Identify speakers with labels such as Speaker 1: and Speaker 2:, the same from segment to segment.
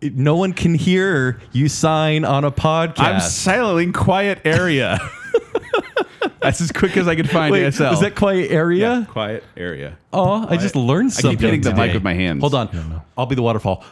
Speaker 1: it- no one can hear you sign on a podcast.
Speaker 2: I'm silent, quiet area. That's as quick as I could find
Speaker 1: Wait,
Speaker 2: ASL.
Speaker 1: is that quiet
Speaker 2: yeah,
Speaker 1: area?
Speaker 2: quiet area?
Speaker 1: Oh, I just learned
Speaker 2: I
Speaker 1: something.
Speaker 2: keep hitting the
Speaker 1: today.
Speaker 2: mic with my hands.
Speaker 1: Hold on, I'll be the waterfall.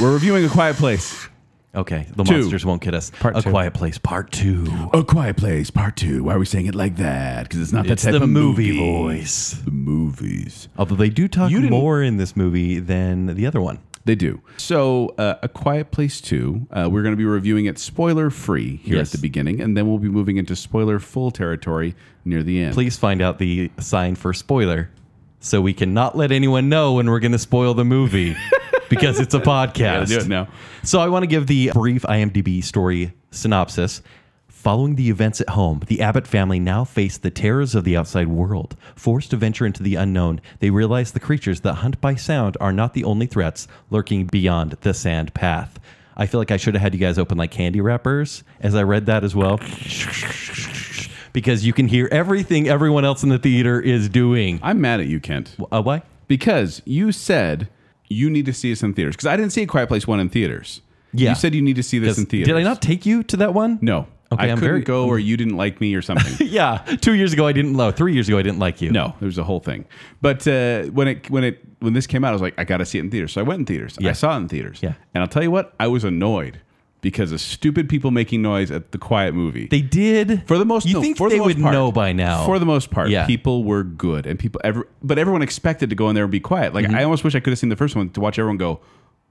Speaker 2: We're reviewing A Quiet Place.
Speaker 1: Okay, the
Speaker 2: Two.
Speaker 1: monsters won't get us.
Speaker 3: Part
Speaker 1: a
Speaker 3: two.
Speaker 1: Quiet Place Part Two.
Speaker 2: A Quiet Place Part Two. Why are we saying it like that? Because it's not
Speaker 1: It's the movie voice.
Speaker 2: The movies.
Speaker 1: Although they do talk
Speaker 2: You didn't-
Speaker 1: more in this movie than the other one.
Speaker 2: They do. So, uh, A Quiet Place 2, uh, we're going to be reviewing it spoiler free here
Speaker 1: Yes.
Speaker 2: at the beginning, and then we'll be moving into spoiler full territory near the end.
Speaker 1: Please find out the sign for spoiler so we can not let anyone know when we're going to spoil the movie because it's a
Speaker 2: Gotta
Speaker 1: podcast.
Speaker 2: do it now.
Speaker 1: So I want to give the brief IMDb story synopsis. Following the events at home, the Abbott family now face the terrors of the outside world. Forced to venture into the unknown, they realize the creatures that hunt by sound are not the only threats lurking beyond the sand path. I feel like I should have had you guys open like candy wrappers as I read that as well. Because you can hear everything everyone else in the theater is doing.
Speaker 2: I'm mad at you, Kent,
Speaker 1: Uh, why?
Speaker 2: because you said you need to see us in theaters. Because I didn't see A Quiet Place 1 in theaters.
Speaker 1: Yeah.
Speaker 2: You said you need to see this in theaters.
Speaker 1: Did I not take you to that one?
Speaker 2: No.
Speaker 1: Okay,
Speaker 2: I
Speaker 1: I'm
Speaker 2: couldn't
Speaker 1: very-
Speaker 2: go, or you didn't like me, or something.
Speaker 1: Yeah, two years ago I didn't love. Three years ago I didn't like you.
Speaker 2: No, there was a whole thing. But uh, when it when it when this came out, I was like, I gotta see it in theaters. So I went in theaters. I saw it in theaters.
Speaker 1: Yeah.
Speaker 2: And I'll tell you what, I was annoyed because of stupid people making noise at the quiet movie.
Speaker 1: they did.
Speaker 2: for the most,
Speaker 1: you
Speaker 2: no,
Speaker 1: think
Speaker 2: for the
Speaker 1: they
Speaker 2: most
Speaker 1: would
Speaker 2: part-
Speaker 1: know by now?
Speaker 2: For the most part,
Speaker 1: Yeah.
Speaker 2: people were good, and people, every, but everyone expected to go in there and be quiet.
Speaker 1: Mm-hmm.
Speaker 2: Like I almost wish I could have seen the first one to watch everyone go,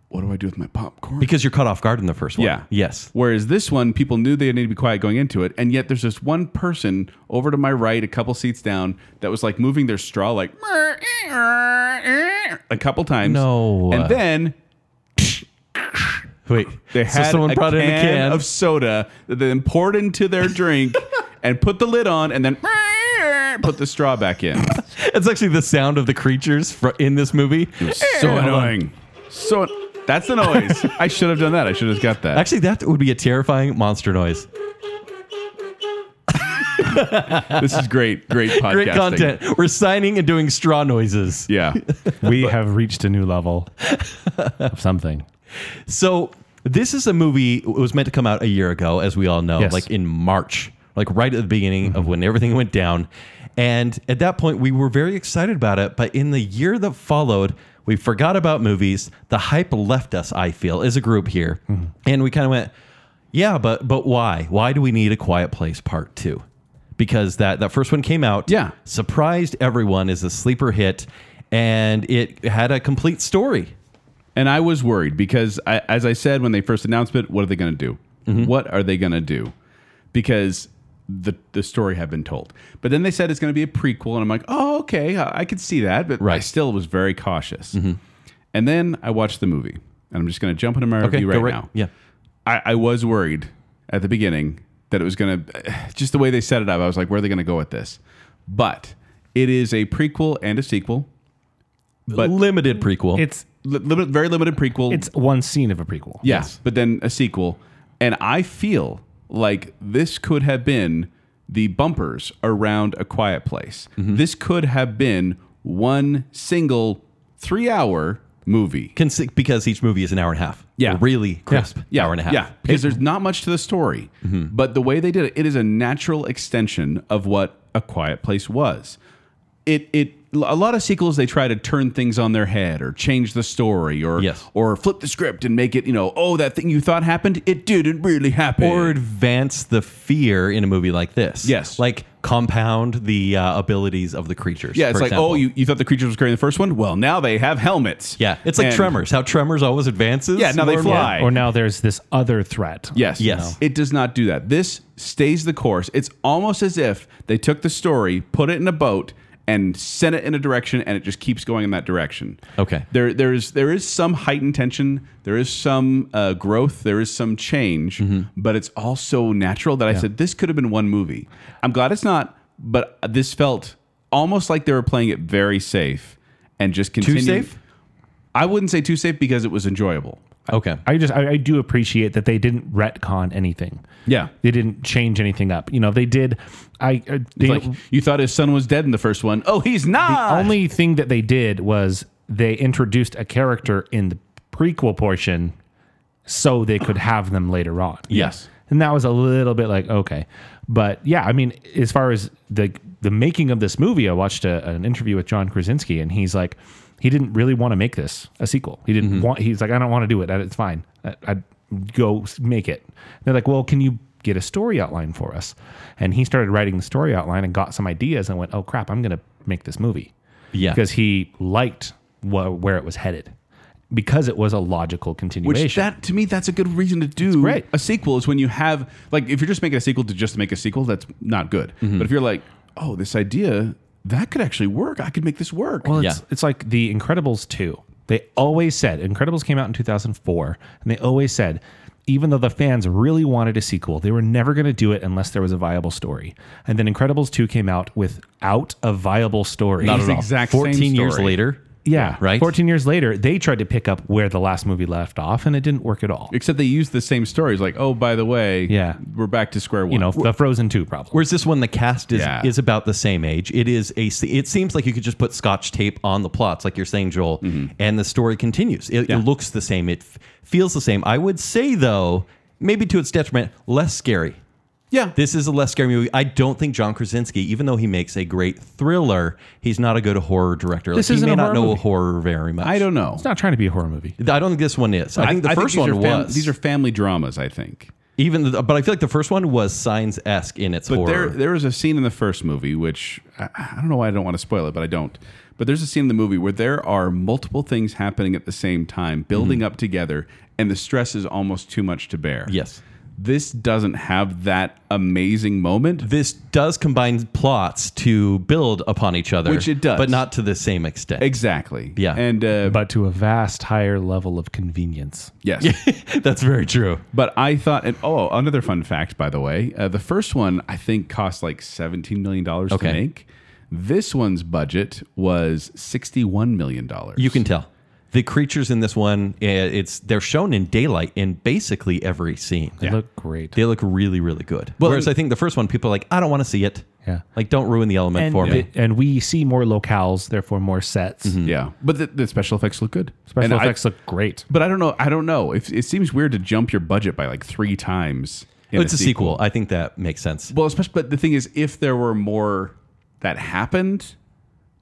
Speaker 2: "What do I do with my popcorn?"
Speaker 1: because you're cut off guard in the first one.
Speaker 2: Yeah.
Speaker 1: Yes.
Speaker 2: Whereas this one, people knew they needed to be quiet going into it, and yet there's this one person over to my right, a couple seats down, that was like moving their straw like a couple times.
Speaker 1: No.
Speaker 2: And then
Speaker 1: Wait.
Speaker 2: they had
Speaker 1: so someone
Speaker 2: a
Speaker 1: brought
Speaker 2: can
Speaker 1: in a can
Speaker 2: of soda that they then poured into their drink and put the lid on, and then put the straw back in.
Speaker 1: It's actually the sound of the creatures fr- in this movie.
Speaker 2: so
Speaker 1: Hold on.
Speaker 2: annoying. So that's the noise. I should have done that. I should have got that.
Speaker 1: Actually, that would be a terrifying monster noise.
Speaker 2: This is great, great podcasting.
Speaker 1: Great content. We're signing and doing straw noises.
Speaker 2: Yeah.
Speaker 3: We have reached a new level of something.
Speaker 1: So this is a movie. It was meant to come out a year ago, as we all know,
Speaker 3: Yes.
Speaker 1: like in March, like right at the beginning
Speaker 2: Mm-hmm.
Speaker 1: of when everything went down. And at that point, we were very excited about it. But in the year that followed, we forgot about movies. The hype left us. I feel as a group here,
Speaker 2: Mm-hmm.
Speaker 1: and we kind of went, "Yeah, but but why? Why do we need a Quiet Place Part Two? Because that that first one came out,
Speaker 2: Yeah.
Speaker 1: surprised everyone as a sleeper hit, and it had a complete story.
Speaker 2: And I was worried because, I, as I said when they first announced it, what are they going to do? What are they going to do? Because the the story had been told, but then they said it's going to be a prequel, and I'm like, oh, okay, I, I could see that, but I
Speaker 1: Right.
Speaker 2: still was very cautious. And then I watched the movie, and I'm just going to jump into my review right, now.
Speaker 1: yeah."
Speaker 2: I, I was worried at the beginning that it was going to just the way they set it up. I was like, where are they going to go with this? But it is a prequel and a sequel. But
Speaker 1: limited prequel.
Speaker 3: It's
Speaker 2: li- limited, very limited prequel.
Speaker 3: it's one scene of a prequel.
Speaker 2: Yeah, but then a sequel. And I feel like this could have been the bumpers around A Quiet Place. This could have been one single three hour movie.
Speaker 1: Consi- because each movie is an hour and a half.
Speaker 2: Yeah.
Speaker 1: really crisp hour and a half. Mm-hmm.
Speaker 2: Yeah, because there's not much to the story. But the way they did it, it is a natural extension of what A Quiet Place was. It it a lot of sequels they try to turn things on their head or change the story or
Speaker 1: Yes.
Speaker 2: or flip the script and make it, you know, oh that thing you thought happened, it didn't really happen.
Speaker 1: Or advance the fear in a movie like this.
Speaker 2: Yes.
Speaker 1: like compound the uh, abilities of the creatures.
Speaker 2: yeah, it's
Speaker 1: for
Speaker 2: like,
Speaker 1: example.
Speaker 2: oh, you, you thought the creatures was carrying the first one? Well, now they have helmets.
Speaker 1: Yeah, it's like
Speaker 2: And-
Speaker 1: Tremors. How Tremors always advances.
Speaker 2: Yeah, now they
Speaker 1: more and more.
Speaker 2: fly.
Speaker 3: Or now there's this other threat.
Speaker 2: Yes.
Speaker 1: Yes.
Speaker 2: It does not do that. This stays the course. It's almost as if they took the story, put it in a boat, and sent it in a direction, and it just keeps going in that direction.
Speaker 1: Okay.
Speaker 2: There, there is there is some heightened tension. There is some uh, growth. There is some change, but it's also natural that I said this could have been one movie. I'm glad it's not, but this felt almost like they were playing it very safe and just continuing.
Speaker 1: safe?
Speaker 2: I wouldn't say too safe because it was enjoyable.
Speaker 1: Okay,
Speaker 3: I just I, I do appreciate that they didn't retcon anything.
Speaker 2: Yeah.
Speaker 3: They didn't change anything up. You know, they did. I uh, they,
Speaker 2: Like you thought his son was dead in the first one. Oh, he's not.
Speaker 3: only thing that they did was they introduced a character in the prequel portion so they could have them later on.
Speaker 2: Yes.
Speaker 3: And that was a little bit like okay, but yeah, I mean, as far as the the making of this movie, I watched a, an interview with John Krasinski, and he's like, he didn't really want to make this a sequel. He
Speaker 2: Mm-hmm.
Speaker 3: didn't want. He's like, I don't want to do it. It's fine. I, I go s- make it. And they're like, well, can you get a story outline for us? And he started writing the story outline and got some ideas and went, oh crap, I'm gonna make this movie
Speaker 1: Yeah.
Speaker 3: because he liked wh- where it was headed because it was a logical continuation.
Speaker 2: Which that to me that's a good reason to do
Speaker 3: great.
Speaker 2: a sequel is when you have like if you're just making a sequel to just make a sequel that's not good.
Speaker 1: Mm-hmm.
Speaker 2: But if you're like, oh, this idea that could actually work. I could make this work.
Speaker 3: Well,
Speaker 1: Yeah.
Speaker 3: it's, it's like The Incredibles 2. They always said, Incredibles came out in 2004, and they always said, even though the fans really wanted a sequel, they were never going to do it unless there was a viable story. And then Incredibles 2 came out without a viable story.
Speaker 2: Not at all. exact same
Speaker 1: 14 years
Speaker 2: story.
Speaker 1: later.
Speaker 3: yeah,
Speaker 1: Right?
Speaker 3: 14 years later, they tried to pick up where the last movie left off, and it didn't work at all.
Speaker 2: Except they use the same stories. Like, oh, by the way,
Speaker 3: Yeah.
Speaker 2: we're back to square one.
Speaker 3: You know, the Frozen 2 problem.
Speaker 1: Whereas this one, the cast is
Speaker 2: Yeah.
Speaker 1: is about the same age. It is a. se- It seems like you could just put scotch tape on the plots, like you're saying, Joel,
Speaker 2: Mm-hmm.
Speaker 1: and the story continues. It, it looks the same. It f- feels the same. I would say though, maybe to its detriment, less scary.
Speaker 2: yeah,
Speaker 1: This is a less scary movie. I don't think John Krasinski, even though he makes a great thriller, he's not a good horror director.
Speaker 3: This
Speaker 1: he
Speaker 3: isn't
Speaker 1: may
Speaker 3: a
Speaker 1: not
Speaker 3: horror
Speaker 1: know
Speaker 3: movie.
Speaker 1: horror very much.
Speaker 2: I don't know.
Speaker 3: It's not trying to be a horror movie.
Speaker 1: I don't think this one is. I think the first
Speaker 2: these
Speaker 1: one
Speaker 2: are fam-
Speaker 1: was.
Speaker 2: These are family dramas. I think.
Speaker 1: even, the, but I feel like the first one was Signs esque in its
Speaker 2: But
Speaker 1: horror.
Speaker 2: there, there was a scene in the first movie, which I, I don't know why I don't want to spoil it, but I don't. But there's a scene in the movie where there are multiple things happening at the same time, building
Speaker 1: Mm-hmm.
Speaker 2: up together, and the stress is almost too much to bear.
Speaker 1: Yes.
Speaker 2: This doesn't have that amazing moment.
Speaker 1: this does combine plots to build upon each other,
Speaker 2: Which it does.
Speaker 1: but not to the same extent.
Speaker 2: Exactly.
Speaker 1: Yeah.
Speaker 2: And uh,
Speaker 3: But to a vast higher level of convenience.
Speaker 2: yes.
Speaker 1: That's very true.
Speaker 2: But I thought, and oh, another fun fact, by the way, uh, the first one I think cost like seventeen million dollars
Speaker 1: Okay.
Speaker 2: to make. This one's budget was sixty-one million dollars.
Speaker 1: You can tell the creatures in this one. eh, It's they're shown in daylight in basically every scene.
Speaker 3: They look great.
Speaker 1: They look really, really good. Whereas I think the first one, people are like, I don't want to see it.
Speaker 3: Yeah.
Speaker 1: Like, don't ruin the element for
Speaker 3: and,
Speaker 1: me.
Speaker 3: it- and we see more locales, therefore more sets.
Speaker 1: Mm.
Speaker 2: yeah. But the, the special effects look good.
Speaker 3: Special
Speaker 2: And I-
Speaker 3: effects look great.
Speaker 2: but I don't know. I don't know. If it seems weird to jump your budget by like three times. in
Speaker 1: it's a sequel. I think that makes sense.
Speaker 2: Well, especially. But the thing is, if there were more that happened.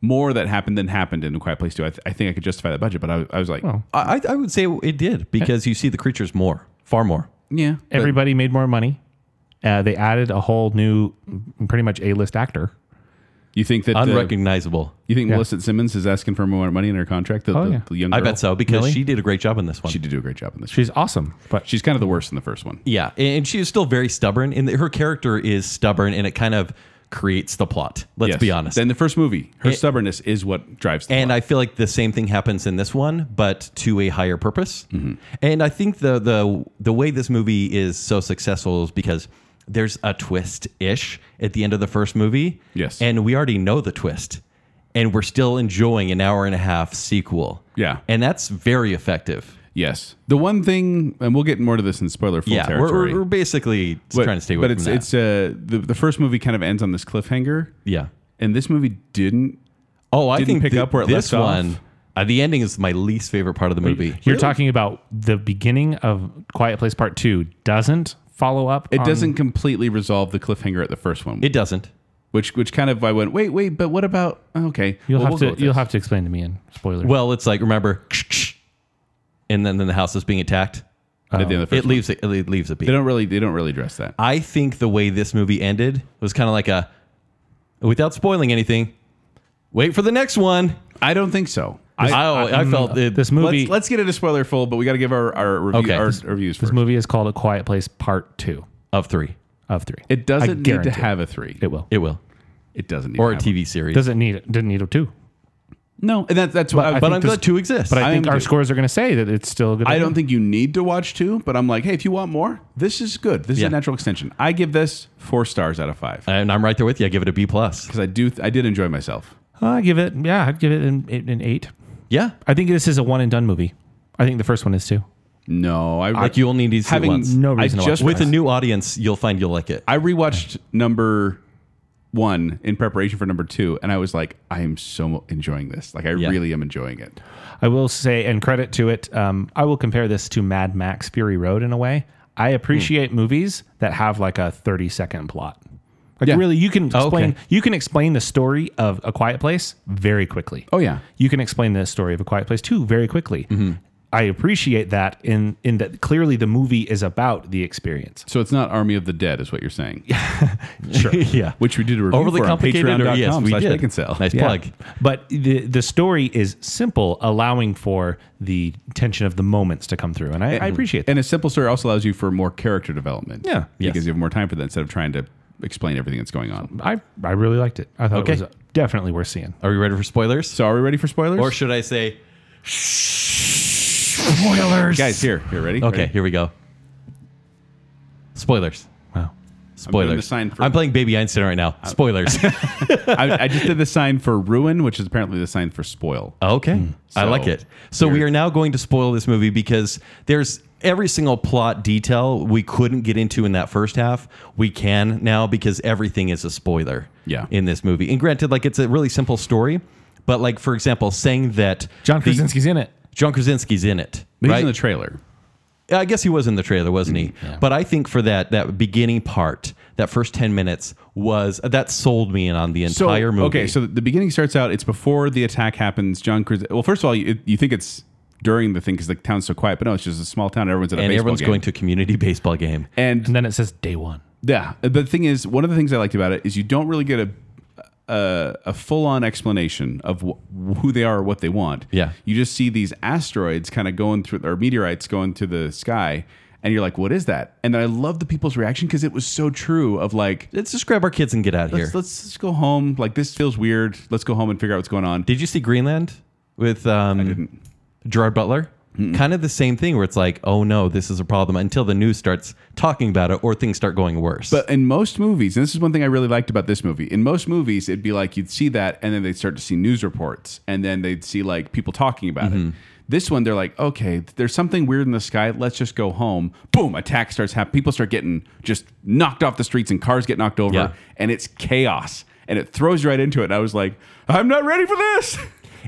Speaker 2: More that happened than happened in A Quiet Place 2. I, th- I think I could justify that budget, but I, I was like,
Speaker 1: I, I- I would say it did because you see the creatures more, far more.
Speaker 2: yeah. but-
Speaker 3: Everybody made more money. Uh, they added a whole new, mm, pretty much A-list actor.
Speaker 2: you think that the-
Speaker 1: Unrecognizable.
Speaker 2: You think Melissa Simmons is asking for more money in her contract? The,
Speaker 3: Oh,
Speaker 2: the,
Speaker 3: yeah.
Speaker 2: the young
Speaker 1: I
Speaker 2: girl?
Speaker 1: bet so because
Speaker 3: Really?
Speaker 1: she did a great job in this one.
Speaker 2: She did do a great job in this.
Speaker 3: She's awesome, but
Speaker 2: She's kind of the worst in the first one.
Speaker 1: Yeah, and she is still very stubborn, and her character is stubborn, and it kind of creates the plot. Let's
Speaker 2: Yes.
Speaker 1: be honest.
Speaker 2: Then the first movie, her
Speaker 1: And-
Speaker 2: stubbornness is what drives the
Speaker 1: and
Speaker 2: plot.
Speaker 1: I feel like the same thing happens in this one, but to a higher purpose.
Speaker 2: Mm-hmm.
Speaker 1: And I think the the the way this movie is so successful is because there's a twist ish at the end of the first movie.
Speaker 2: Yes.
Speaker 1: and we already know the twist, and we're still enjoying an hour and a half sequel.
Speaker 2: Yeah.
Speaker 1: and that's very effective.
Speaker 2: yes. The one thing, and we'll get more to this in spoiler full
Speaker 1: Yeah, we're,
Speaker 2: territory.
Speaker 1: we're, we're basically trying to stay away
Speaker 2: But
Speaker 1: from
Speaker 2: it's,
Speaker 1: that.
Speaker 2: it's uh, the, the first movie kind of ends on this cliffhanger,
Speaker 1: yeah.
Speaker 2: and this movie didn't.
Speaker 1: Oh, I
Speaker 2: didn't
Speaker 1: think
Speaker 2: pick
Speaker 1: thi-
Speaker 2: up where it
Speaker 1: this
Speaker 2: left off.
Speaker 1: one, Uh, the ending is my least favorite part of the movie.
Speaker 3: you're talking about the beginning of Quiet Place Part 2 doesn't follow up.
Speaker 2: It
Speaker 3: on-
Speaker 2: doesn't completely resolve the cliffhanger at the first one,
Speaker 1: It doesn't.
Speaker 2: which which kind of I went, wait, wait, but what about? oh, Okay,
Speaker 3: You'll
Speaker 2: well,
Speaker 3: have
Speaker 2: we'll go
Speaker 3: to
Speaker 2: with
Speaker 3: you'll
Speaker 2: this.
Speaker 3: have to explain to me in spoilers.
Speaker 1: Well, it's like remember, and then then the house is being attacked.
Speaker 2: at the end of the
Speaker 1: It
Speaker 2: first one.
Speaker 1: leaves it, it leaves a
Speaker 2: They
Speaker 1: beat.
Speaker 2: don't really they don't really address that.
Speaker 1: I think the way this movie ended was kind of like a, without spoiling anything, wait for the next one.
Speaker 2: I don't think so.
Speaker 1: I I, I felt it,
Speaker 3: this movie
Speaker 2: Let's, let's get into spoiler full, but we got to give our our, review,
Speaker 1: Okay.
Speaker 2: our
Speaker 1: This-
Speaker 2: reviews
Speaker 3: this
Speaker 2: first.
Speaker 3: movie is called A Quiet Place Part 2
Speaker 1: of three.
Speaker 3: of 3.
Speaker 2: It
Speaker 3: I
Speaker 2: doesn't need
Speaker 3: guarantee
Speaker 2: to
Speaker 3: it.
Speaker 2: have a three.
Speaker 3: It will.
Speaker 1: It will
Speaker 2: It doesn't need
Speaker 1: or
Speaker 2: to
Speaker 1: a
Speaker 2: have
Speaker 1: TV series.
Speaker 3: doesn't need it. Didn't need a 2.
Speaker 2: No, and that, that's what. I,
Speaker 1: but
Speaker 2: but
Speaker 1: I'm
Speaker 2: I'm,
Speaker 3: this-
Speaker 1: glad two exist.
Speaker 3: But I,
Speaker 2: I
Speaker 3: think
Speaker 2: am
Speaker 3: our
Speaker 2: too.
Speaker 3: scores are going to say that it's still good.
Speaker 2: I don't think you need to watch two, but I'm like, hey, if you want more, this is good. This
Speaker 1: Yeah. Uh,
Speaker 2: is a natural extension. I give this four stars out of five
Speaker 1: and I'm right there with you. I give it a B plus.
Speaker 2: because I do. I did enjoy myself.
Speaker 3: I give it yeah, I'd give it an, an 8.
Speaker 1: Yeah,
Speaker 3: I think this is a one and done movie. I think the first one is too.
Speaker 2: No, I
Speaker 1: like you only need to see it
Speaker 2: having
Speaker 1: once.
Speaker 3: No reason
Speaker 2: I
Speaker 3: to watch
Speaker 2: just
Speaker 1: With a new audience, you'll find you'll like it.
Speaker 2: I rewatched number one in preparation for number two, and I was like, I am so enjoying this. Like I
Speaker 1: Yeah.
Speaker 2: really am enjoying it.
Speaker 3: I will say, and credit to it, um, I will compare this to Mad Max Fury Road in a way. I
Speaker 2: Hmm.
Speaker 3: appreciate movies that have like a 30 second plot. Like
Speaker 2: Yeah.
Speaker 3: really, you can
Speaker 1: Oh,
Speaker 3: explain
Speaker 1: okay.
Speaker 3: you can explain the story of A Quiet Place very quickly.
Speaker 2: Oh yeah, Mm-hmm.
Speaker 3: You can explain the story of A Quiet Place too very quickly. I appreciate that in in that clearly the movie is about the experience.
Speaker 2: so it's not Army of the Dead, is what you're saying? Yeah,
Speaker 1: Sure. yeah.
Speaker 2: which we did a review
Speaker 1: Overly
Speaker 2: for on
Speaker 1: complicated, or yes,
Speaker 2: Patreon.com
Speaker 1: we
Speaker 2: slash
Speaker 1: did.
Speaker 2: Make and Sell.
Speaker 1: Nice plug.
Speaker 3: But the the story is simple, allowing for the tension of the moments to come through, and I,
Speaker 2: Mm-hmm.
Speaker 3: I appreciate that.
Speaker 2: And a simple story also allows you for more character development.
Speaker 3: Yeah.
Speaker 2: because
Speaker 1: Yes.
Speaker 2: you have more time for that instead of trying to explain everything that's going on.
Speaker 3: I I really liked it. I thought
Speaker 1: Okay.
Speaker 3: it was definitely worth seeing.
Speaker 1: Are we ready for spoilers?
Speaker 2: So are we ready for spoilers?
Speaker 1: or should I say spoilers?
Speaker 2: guys, here, here, ready?
Speaker 1: Okay,
Speaker 2: Ready?
Speaker 1: here we go. Spoilers.
Speaker 3: Wow.
Speaker 1: Spoilers.
Speaker 2: the sign for- Uh,
Speaker 1: I'm playing Baby Einstein right now. Spoilers.
Speaker 2: I, I just did the sign for ruin, which is apparently the sign for spoil.
Speaker 1: Okay. I
Speaker 2: Hmm. So-
Speaker 1: like it. So we are now going to spoil this movie because there's every single plot detail we couldn't get into in that first half. We can now because everything is a spoiler
Speaker 2: Yeah.
Speaker 1: in this movie. And granted, like it's a really simple story, but like for example, saying that
Speaker 3: John
Speaker 1: the-
Speaker 3: Krasinski's in it.
Speaker 1: John Krasinski's in it.
Speaker 2: But
Speaker 1: right?
Speaker 2: He's in the trailer.
Speaker 1: I guess he was in the trailer, wasn't he?
Speaker 2: Mm-hmm.
Speaker 1: But I think for that that beginning part, that first ten minutes was that sold me in on the
Speaker 2: So,
Speaker 1: entire movie.
Speaker 2: Okay, so the beginning starts out. It's before the attack happens. John Cruz. Well, first of all, you, you think it's during the thing because the town's so quiet, but no, it's just a small town. Everyone's at a
Speaker 1: and
Speaker 2: baseball
Speaker 1: everyone's
Speaker 2: game.
Speaker 1: going to a community baseball game.
Speaker 2: And
Speaker 3: And then it says day one.
Speaker 2: yeah, uh, the thing is, one of the things I liked about it is you don't really get a a, a full on explanation of wh- who they are or what they want.
Speaker 1: Yeah.
Speaker 2: you just see these asteroids kind of going through or meteorites going through the sky. And you're like, what is that? And then I love the people's reaction because it was so true of like,
Speaker 1: Let's just grab our kids and get out of here.
Speaker 2: let's, let's just go home. Like, this feels weird. Let's go home and figure out what's going on.
Speaker 1: Did you see Greenland with um, Gerard Butler? Kind of the same thing where it's like, oh no, this is a problem until the news starts talking about it or things start going worse.
Speaker 2: But in most movies, and this is one thing I really liked about this movie. In most movies, it'd be like you'd see that, and then they'd start to see news reports, and then they'd see like people talking about it. This one, they're like, okay, there's something weird in the sky. Let's just go home. Boom! Attack starts happening. People start getting just knocked off the streets, and cars get knocked over,
Speaker 1: Yeah.
Speaker 2: and it's chaos. And it throws you right into it. And I was like, I'm not ready for this.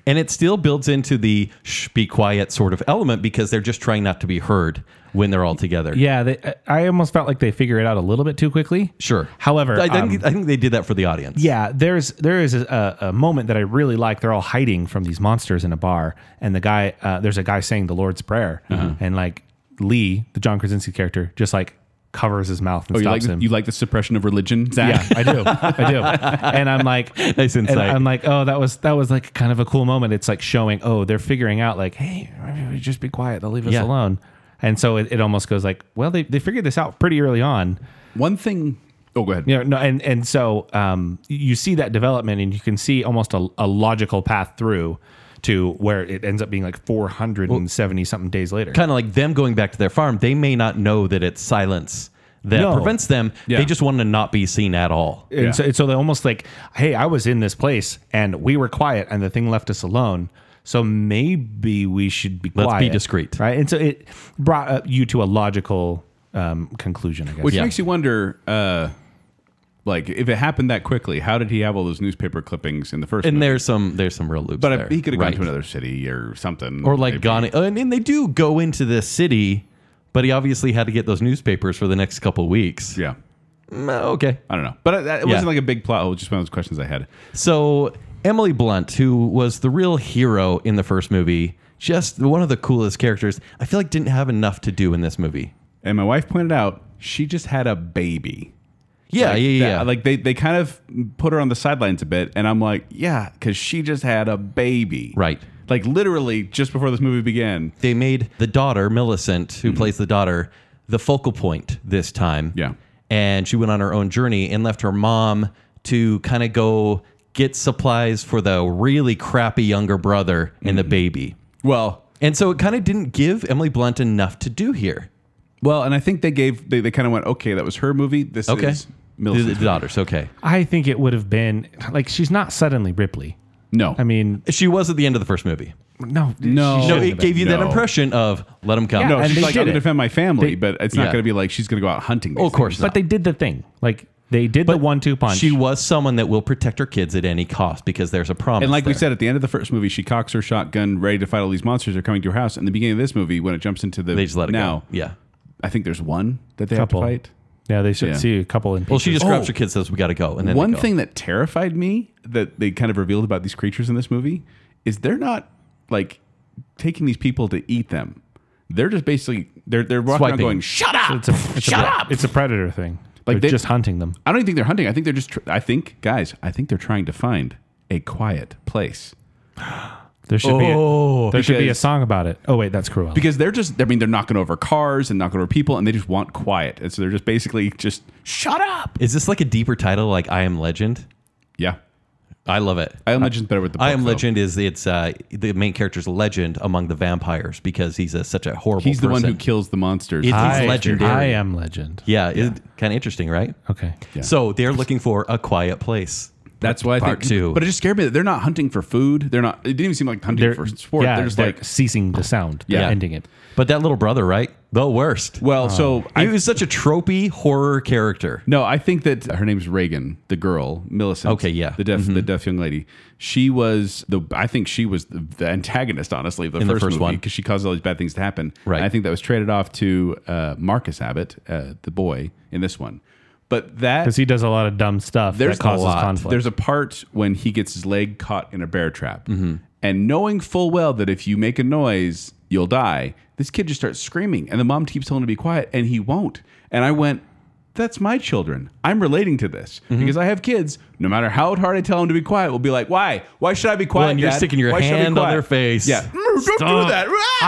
Speaker 1: and it still builds into the shh, be quiet sort of element because they're just trying not to be heard when they're all together.
Speaker 3: Yeah, they, I- I almost felt like they figure it out a little bit too quickly.
Speaker 1: Sure.
Speaker 3: However,
Speaker 1: I
Speaker 3: um,
Speaker 1: think, I think they did that for the audience.
Speaker 3: yeah, there's there is a, a moment that I really like. They're all hiding from these monsters in a bar, and the guy uh, there's a guy saying the Lord's Prayer, and like Lee, the John Krasinski character, just like covers his mouth and
Speaker 2: Oh, you like
Speaker 3: stops him.
Speaker 2: you like the suppression of religion, Zach?
Speaker 3: Yeah, I do. I do. And I'm like,
Speaker 1: Nice
Speaker 3: and
Speaker 1: insight.
Speaker 3: I'm like, oh, that was that was like kind of a cool moment. It's like showing, oh, they're figuring out like, hey, just be quiet. They'll leave us
Speaker 1: Yeah.
Speaker 3: alone. And so it, it almost goes like, well, they, they figured this out pretty early on.
Speaker 2: One thing. Oh, go ahead.
Speaker 3: You know, no, and and so um, you see that development, and you can see almost a, a logical path through to where it ends up being like 470 something days later.
Speaker 1: Kind of like them going back to their farm, they may not know that it's silence that
Speaker 3: No.
Speaker 1: prevents them.
Speaker 2: Yeah.
Speaker 1: They just want to not be seen at all.
Speaker 3: And
Speaker 2: Yeah.
Speaker 3: so, so they almost like, hey, I was in this place and we were quiet and the thing left us alone. So maybe we should be
Speaker 1: Let's
Speaker 3: quiet.
Speaker 1: be discreet.
Speaker 3: Right. And so it brought uh, you to a logical um, conclusion, I guess.
Speaker 2: Which
Speaker 1: Yeah.
Speaker 2: makes you wonder, uh, like, if it happened that quickly, how did he have all those newspaper clippings in the first?
Speaker 1: And
Speaker 2: movie?
Speaker 1: there's some there's some real loops.
Speaker 2: but
Speaker 1: there.
Speaker 2: he could have gone
Speaker 1: Right.
Speaker 2: to another city or something,
Speaker 1: or like
Speaker 2: maybe.
Speaker 1: gone. oh, And, and they do go into the city, but he obviously had to get those newspapers for the next couple weeks.
Speaker 2: Yeah,
Speaker 1: Mm, okay.
Speaker 2: I don't know, but that, it
Speaker 1: Yeah.
Speaker 2: wasn't like a big plot. It was just one of those questions I had.
Speaker 1: So Emily Blunt, who was the real hero in the first movie, just one of the coolest characters. I feel like didn't have enough to do in this movie.
Speaker 2: And my wife pointed out she just had a baby.
Speaker 1: Yeah, yeah, yeah.
Speaker 2: That-
Speaker 1: yeah.
Speaker 2: like they they kind of put her on the sidelines a bit, and I'm like, yeah, because she just had a baby,
Speaker 1: Right.
Speaker 2: Like literally just before this movie began.
Speaker 1: they made the daughter Millicent, who plays the daughter, the focal point this time.
Speaker 2: Mm-hmm. Yeah.
Speaker 1: and she went on her own journey and left her mom to kind of go get supplies for the really crappy younger brother and the
Speaker 2: Mm-hmm.
Speaker 1: baby.
Speaker 2: Well,
Speaker 1: And so it kind of didn't give Emily Blunt enough to do here.
Speaker 2: well, and I think they gave they, they kind of went, okay, that was her movie. This
Speaker 1: Okay.
Speaker 2: is
Speaker 1: The,
Speaker 2: Millicent's
Speaker 1: the
Speaker 2: movie."
Speaker 1: daughters, okay.
Speaker 3: I think it would have been like she's not suddenly Ripley.
Speaker 2: No,
Speaker 3: I mean,
Speaker 1: She was at the end of the first movie.
Speaker 3: no,
Speaker 2: No.
Speaker 3: she
Speaker 1: No,
Speaker 3: shouldn't have
Speaker 1: it
Speaker 3: been.
Speaker 1: gave you that
Speaker 2: No.
Speaker 1: impression of let them come.
Speaker 3: Yeah,
Speaker 2: No,
Speaker 3: and
Speaker 2: Oh, she's
Speaker 3: they
Speaker 2: like,
Speaker 3: did
Speaker 2: I'm going to
Speaker 3: it.
Speaker 2: defend my family,
Speaker 3: They-
Speaker 2: but it's not
Speaker 1: Yeah.
Speaker 2: going to be like she's going to go out hunting.
Speaker 1: Oh, of course
Speaker 2: these
Speaker 1: not.
Speaker 3: but they did the thing. Like They did the one two punch.
Speaker 1: She was someone that will protect her kids at any cost because there's a promise.
Speaker 2: And like we
Speaker 1: there.
Speaker 2: said at the end of the first movie, she cocks her shotgun, ready to fight all these monsters that are coming to her house. And the beginning of this movie, when it jumps into the
Speaker 1: they just let it
Speaker 2: now,
Speaker 1: go. Yeah.
Speaker 2: I think there's one that they
Speaker 3: Couple.
Speaker 2: have to fight.
Speaker 3: yeah, they should
Speaker 2: Yeah.
Speaker 3: see a couple in.
Speaker 1: Well, she
Speaker 3: pieces.
Speaker 1: just grabs
Speaker 2: Oh.
Speaker 1: her kid, says we got to go, and then they
Speaker 2: One
Speaker 1: go.
Speaker 2: thing that terrified me that they kind of revealed about these creatures in this movie is they're not like taking these people to eat them. They're just basically they're they're walking around
Speaker 1: Swiping.
Speaker 2: going shut up,
Speaker 3: It's a, it's
Speaker 2: shut
Speaker 3: a, pre-
Speaker 2: up.
Speaker 3: It's a predator thing.
Speaker 2: Like
Speaker 3: Like
Speaker 2: they-
Speaker 3: they're just hunting them.
Speaker 2: I don't even think they're hunting. I think they're just. Tr- I think guys, I think they're trying to find a quiet place
Speaker 3: There should be a, there should be a
Speaker 2: because-
Speaker 3: song about it. Oh wait, that's Cruella.
Speaker 2: because they're just. I mean, they're knocking over cars and knocking over people, and they just want quiet. And so they're just basically just shut up.
Speaker 1: is this like a deeper title, like I Am Legend?
Speaker 2: Yeah,
Speaker 1: I love it.
Speaker 2: I am Legend's better with the.
Speaker 1: I
Speaker 2: book,
Speaker 1: Am
Speaker 2: though.
Speaker 1: Legend is it's uh, the main character's legend among the vampires because he's a, such a horrible.
Speaker 2: He's the one who
Speaker 1: person.
Speaker 2: kills the monsters.
Speaker 1: It's-
Speaker 3: I,
Speaker 1: legendary.
Speaker 3: I am legend.
Speaker 1: Yeah, it's kind of interesting, right?
Speaker 3: Okay.
Speaker 1: So they're looking for a quiet place.
Speaker 2: That's why I
Speaker 1: Part
Speaker 2: think.
Speaker 1: two.
Speaker 2: But it just scared me that they're not hunting for food. They're not. It didn't even seem like hunting for sport.
Speaker 3: yeah,
Speaker 2: they're just like.
Speaker 3: ceasing the sound. They're
Speaker 2: Yeah.
Speaker 3: ending it.
Speaker 1: But that little brother, right? The worst.
Speaker 2: Well, so I,
Speaker 1: he was such a tropey horror character.
Speaker 2: No, I think that her name's Reagan, the girl, Millicent.
Speaker 1: Okay, yeah. Mm-hmm.
Speaker 2: the deaf, the deaf young lady. She was the. I think she was the, the antagonist, honestly, of the
Speaker 1: In the
Speaker 2: first,
Speaker 1: first
Speaker 2: movie,
Speaker 1: one.
Speaker 2: because she caused all these bad things to happen.
Speaker 1: Right.
Speaker 2: And I think that was traded off to uh, Marcus Abbott, uh, the boy, in this one. But that
Speaker 3: Because he does a lot of dumb stuff
Speaker 2: there's
Speaker 3: that causes
Speaker 2: a lot.
Speaker 3: conflict.
Speaker 2: There's a part when he gets his leg caught in a bear trap, and knowing full well that if you make a noise, you'll die. This kid just starts screaming, and the mom keeps telling him to be quiet, and he won't. And I went, "That's my children. I'm relating to this
Speaker 1: Mm-hmm.
Speaker 2: because I have kids. No matter how hard I tell them to be quiet, will be like, why? Why should I be quiet?
Speaker 1: and you're
Speaker 2: Dad?
Speaker 1: sticking your
Speaker 2: Why should I be
Speaker 1: hand on
Speaker 2: quiet?"
Speaker 1: their face.
Speaker 2: Yeah, don't do that.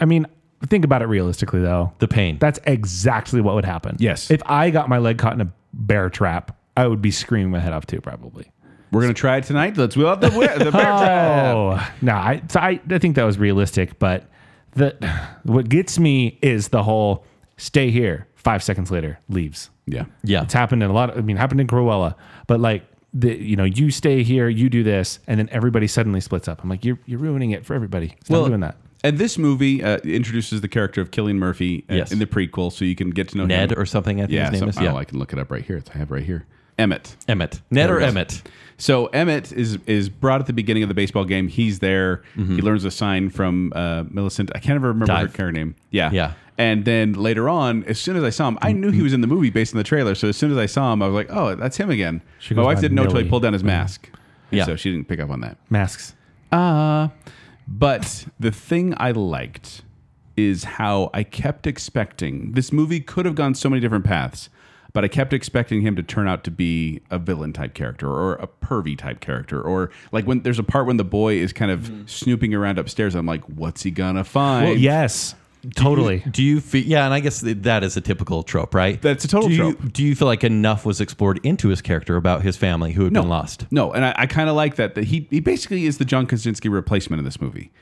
Speaker 3: I mean, think about it realistically though.
Speaker 1: The pain.
Speaker 3: That's exactly what would happen.
Speaker 2: Yes.
Speaker 3: If I got my leg caught in a bear trap, I would be screaming my head off too, probably.
Speaker 2: We're gonna try it tonight. Let's wheel out the, the bear trap.
Speaker 3: Oh no, I, so I I think that was realistic, but the what gets me is the whole stay here. Five seconds later, leaves.
Speaker 2: Yeah,
Speaker 1: yeah.
Speaker 3: It's happened in a lot. Of, I mean, happened in Cruella, but like the you know you stay here, you do this, and then everybody suddenly splits up. I'm like, you're you're ruining it for everybody. Stop doing that.
Speaker 2: And this movie uh, introduces the character of Killian Murphy uh,
Speaker 1: Yes.
Speaker 2: in the prequel, so you can get to know
Speaker 1: Ned
Speaker 2: him.
Speaker 1: or something. I think
Speaker 2: yeah,
Speaker 1: his name
Speaker 2: some-
Speaker 1: is.
Speaker 2: oh,
Speaker 1: Yeah,
Speaker 2: I can look it up right here. It's I have right here. Emmett.
Speaker 1: Emmett. Ned or
Speaker 2: There it is.
Speaker 1: Emmett.
Speaker 2: So Emmett is is brought at the beginning of the baseball game. He's there. He learns a sign from uh, Millicent. I can't ever remember
Speaker 1: Mm-hmm. Dive.
Speaker 2: her character name. Yeah,
Speaker 1: Yeah. Mm-hmm.
Speaker 2: And then later on, as soon as I saw him, I knew he was in the movie based on the trailer. So as soon as I saw him, I was like, "Oh, that's him again."
Speaker 3: She
Speaker 2: My
Speaker 3: goes
Speaker 2: wife
Speaker 3: by
Speaker 2: didn't know until he
Speaker 3: Millie.
Speaker 2: pulled down his mask. And
Speaker 1: Mm-hmm. Yeah.
Speaker 2: So she didn't pick up on that.
Speaker 3: Masks.
Speaker 2: Uh, but the thing I liked is how I kept expecting this movie could have gone so many different paths, but I kept expecting him to turn out to be a villain type character or a pervy type character. Or like when there's a part when the boy is kind of
Speaker 1: Mm-hmm.
Speaker 2: snooping around upstairs, I'm like, what's he gonna find?
Speaker 3: yes, totally.
Speaker 1: Do you feel? Yeah, and I guess th- that is a typical trope, right?
Speaker 2: That's a total
Speaker 1: do you,
Speaker 2: trope.
Speaker 1: Do you feel like enough was explored into his character about his family who had been lost?
Speaker 2: No, and I, I kind of like that. That he he basically is the John Krasinski replacement in this movie,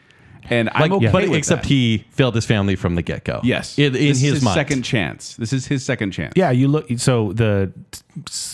Speaker 2: and I'm okay
Speaker 1: but
Speaker 2: with
Speaker 1: except
Speaker 2: that.
Speaker 1: he failed his family from the get go.
Speaker 2: yes,
Speaker 1: in, in
Speaker 2: This
Speaker 1: his,
Speaker 2: is
Speaker 1: mind.
Speaker 2: second chance. This is his second chance.
Speaker 3: yeah, you look. So the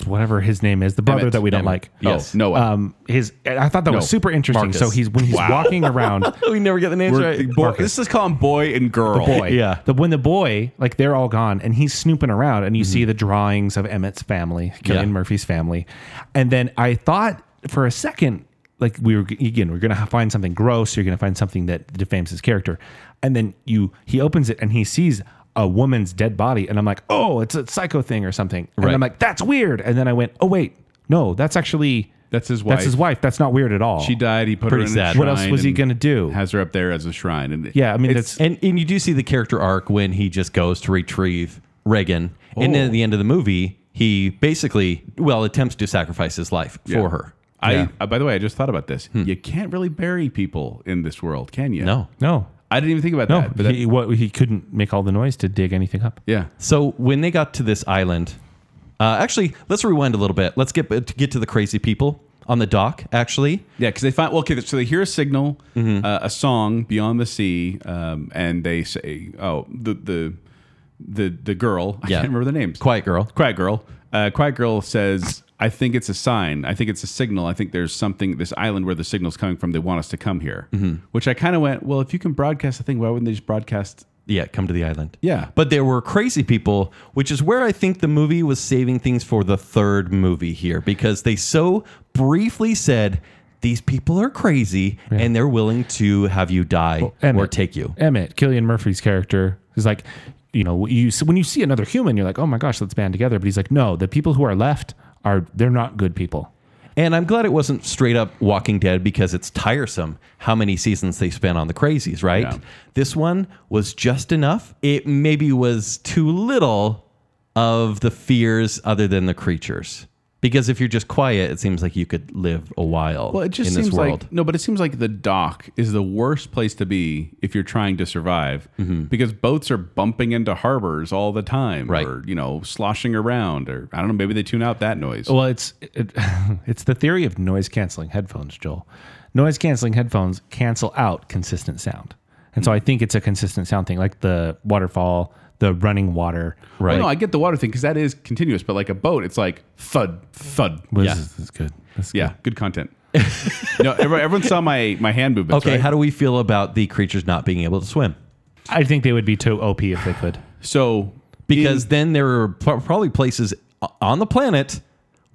Speaker 3: whatever his name is, the brother
Speaker 2: Emmett.
Speaker 3: that we don't
Speaker 1: Emmett.
Speaker 3: like.
Speaker 1: Yeah.
Speaker 2: Oh,
Speaker 1: Yes.
Speaker 2: no. way.
Speaker 3: Um, his I thought that
Speaker 2: No,
Speaker 3: was super interesting.
Speaker 1: Marcus.
Speaker 3: So he's when he's walking around,
Speaker 1: we never get the names
Speaker 2: We're- boy,
Speaker 3: Marcus.
Speaker 2: this is calling boy and girl.
Speaker 3: boy.
Speaker 1: Yeah.
Speaker 3: The, when the boy, like they're all gone and he's snooping around and you
Speaker 2: Mm-hmm.
Speaker 3: see the drawings of Emmett's family, Killian
Speaker 1: Yeah.
Speaker 3: Murphy's family. And then I thought for a second, like we were, again, we are going to find something gross. You're going to find something that defames his character. And then you, he opens it and he sees a woman's dead body. And I'm like, oh, it's a psycho thing or something. And
Speaker 1: Right.
Speaker 3: I'm like, that's weird. And then I went, oh, wait, no, that's actually,
Speaker 2: That's his wife.
Speaker 3: that's his wife. That's not weird at all.
Speaker 2: She died. He put
Speaker 1: Pretty
Speaker 2: her in a
Speaker 1: sad.
Speaker 2: shrine.
Speaker 3: What else was he
Speaker 2: and
Speaker 3: gonna do?
Speaker 2: Has her up there as a shrine. And
Speaker 3: yeah. I mean,
Speaker 2: it's-
Speaker 3: that's,
Speaker 1: And and you do see the character arc when he just goes to retrieve Reagan, and
Speaker 2: Oh.
Speaker 1: then at the end of the movie, he basically well attempts to sacrifice his life for her.
Speaker 2: I.
Speaker 3: Yeah. Hmm.
Speaker 2: uh, by the way, I just thought about this. You can't really bury people in this world, can you?
Speaker 1: No.
Speaker 3: no,
Speaker 2: I didn't even think about
Speaker 3: no,
Speaker 2: that. But that,
Speaker 3: he, what, he couldn't make all the noise to dig anything up.
Speaker 2: yeah.
Speaker 1: So when they got to this island, uh, actually, let's rewind a little bit. Let's get to get to the crazy people on the dock. Actually,
Speaker 2: Yeah, because they find well, okay. So they hear a signal,
Speaker 3: Mm-hmm.
Speaker 2: uh, a song beyond the sea, um, and they say, "Oh, the the the the girl. I
Speaker 1: Yeah.
Speaker 2: can't remember the names.
Speaker 1: Quiet Girl.
Speaker 2: Quiet girl. Uh, quiet girl says, "I think it's a sign. I think it's a signal. I think there's something. This island where the
Speaker 1: Mm-hmm.
Speaker 2: signal's coming from. They want us to come here." Which I kind of went, "Well, if you can broadcast the thing, why wouldn't they just broadcast
Speaker 1: yeah, come to the island.
Speaker 2: Yeah.
Speaker 1: But there were crazy people, which is where I think the movie was saving things for the third movie here because they so briefly said these people are crazy and they're willing to have you die or
Speaker 3: Emmett.
Speaker 1: take you.
Speaker 3: Emmett, Killian Murphy's character, is like, you know, you when you see another human, you're like, oh my gosh, let's band together. But he's like, no, the people who are left are they're not good people.
Speaker 1: And I'm glad it wasn't straight up Walking Dead because it's tiresome how many seasons they spent on the crazies, right?
Speaker 2: Yeah.
Speaker 1: This one was just enough. It maybe was too little of the fears other than the creatures. Because if you're just quiet, it seems like you could live a while
Speaker 2: Well, it just
Speaker 1: in
Speaker 2: seems
Speaker 1: this world.
Speaker 2: like no, but it seems like the dock is the worst place to be if you're trying to survive
Speaker 1: Mm-hmm.
Speaker 2: because boats are bumping into harbors all the time,
Speaker 1: Right.
Speaker 2: Or you know, sloshing around, or I don't know. Maybe they tune out that noise.
Speaker 1: Oh,
Speaker 3: Well, it's it, it's the theory of noise canceling headphones, Joel. Noise canceling headphones cancel out consistent sound, and so I think it's a consistent sound thing, like the waterfall, the running water,
Speaker 1: Right.
Speaker 2: no, I get the water thing because that is continuous, but like a boat, it's like thud, thud.
Speaker 3: Was,
Speaker 1: Yeah.
Speaker 3: This is good. This is
Speaker 2: Yeah, good content. no, everyone, everyone saw my my hand movements.
Speaker 1: okay,
Speaker 2: right?
Speaker 1: how do we feel about the creatures not being able to swim?
Speaker 3: good. I think they would be too op if they could.
Speaker 2: so
Speaker 1: Because then there are pro- probably places o- on the planet